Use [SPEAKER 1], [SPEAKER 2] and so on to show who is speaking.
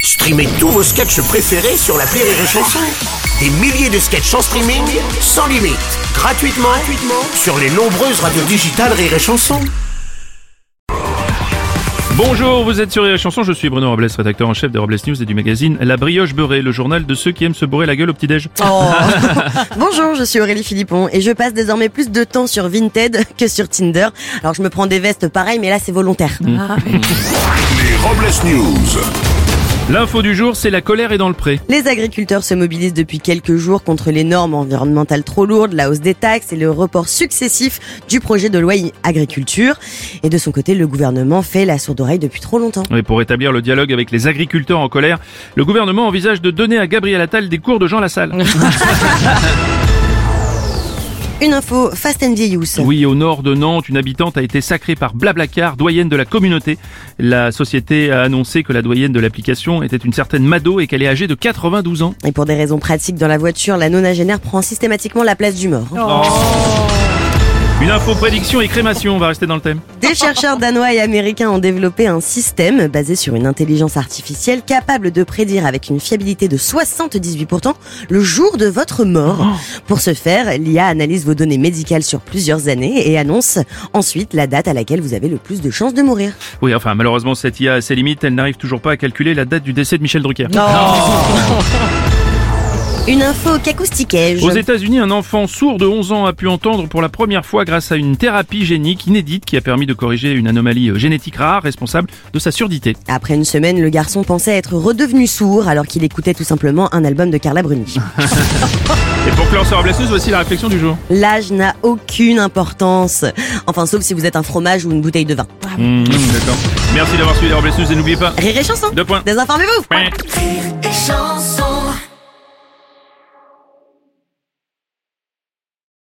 [SPEAKER 1] Streamez tous vos sketchs préférés sur la Rire et Chanson. Des milliers de sketchs en streaming, sans limite, gratuitement, gratuitement sur les nombreuses radios digitales Rire et Chanson.
[SPEAKER 2] Bonjour, vous êtes sur la chanson, je suis Bruno Robles, rédacteur en chef de Robles News et du magazine La Brioche Beurrée, le journal de ceux qui aiment se bourrer la gueule au petit-déj.
[SPEAKER 3] Oh. Bonjour, je suis Aurélie Philippon et je passe désormais plus de temps sur Vinted que sur Tinder. Alors je me prends des vestes pareilles, mais là c'est volontaire. Ah.
[SPEAKER 1] Les Robles News.
[SPEAKER 2] L'info du jour, c'est la colère est dans le pré.
[SPEAKER 3] Les agriculteurs se mobilisent depuis quelques jours contre les normes environnementales trop lourdes, la hausse des taxes et le report successif du projet de loi agriculture. Et de son côté, le gouvernement fait la sourde oreille depuis trop longtemps.
[SPEAKER 2] Et pour établir le dialogue avec les agriculteurs en colère, le gouvernement envisage de donner à Gabriel Attal des cours de Jean Lassalle.
[SPEAKER 3] Une info Fast and Vieillous.
[SPEAKER 2] Oui, au nord de Nantes, une habitante a été sacrée par Blablacar, doyenne de la communauté. La société a annoncé que la doyenne de l'application était une certaine Mado et qu'elle est âgée de 92 ans.
[SPEAKER 3] Et pour des raisons pratiques dans la voiture, la nonagénaire prend systématiquement la place du mort.
[SPEAKER 2] Une info prédiction et crémation, on va rester dans le thème.
[SPEAKER 3] Des chercheurs danois et américains ont développé un système basé sur une intelligence artificielle capable de prédire avec une fiabilité de 78% le jour de votre mort. Pour ce faire, l'IA analyse vos données médicales sur plusieurs années et annonce ensuite la date à laquelle vous avez le plus de chances de mourir.
[SPEAKER 2] Oui, enfin, malheureusement, cette IA a ses limites, elle n'arrive toujours pas à calculer la date du décès de Michel Drucker.
[SPEAKER 3] Une info qu'acoustiquais-je
[SPEAKER 2] Aux États-Unis, un enfant sourd de 11 ans a pu entendre pour la première fois grâce à une thérapie génique inédite qui a permis de corriger une anomalie euh, génétique rare responsable de sa surdité.
[SPEAKER 3] Après une semaine, le garçon pensait être redevenu sourd alors qu'il écoutait tout simplement un album de Carla Bruni.
[SPEAKER 2] Et pour clore ce Robles News, voici la réflexion du jour.
[SPEAKER 3] L'âge n'a aucune importance. Enfin, sauf si vous êtes un fromage ou une bouteille de vin.
[SPEAKER 2] Ah. Mmh, D'accord. Merci d'avoir suivi les Robles News et n'oubliez pas...
[SPEAKER 3] Rire et chanson
[SPEAKER 2] Deux points.
[SPEAKER 3] Désinformez-vous
[SPEAKER 2] Ouais.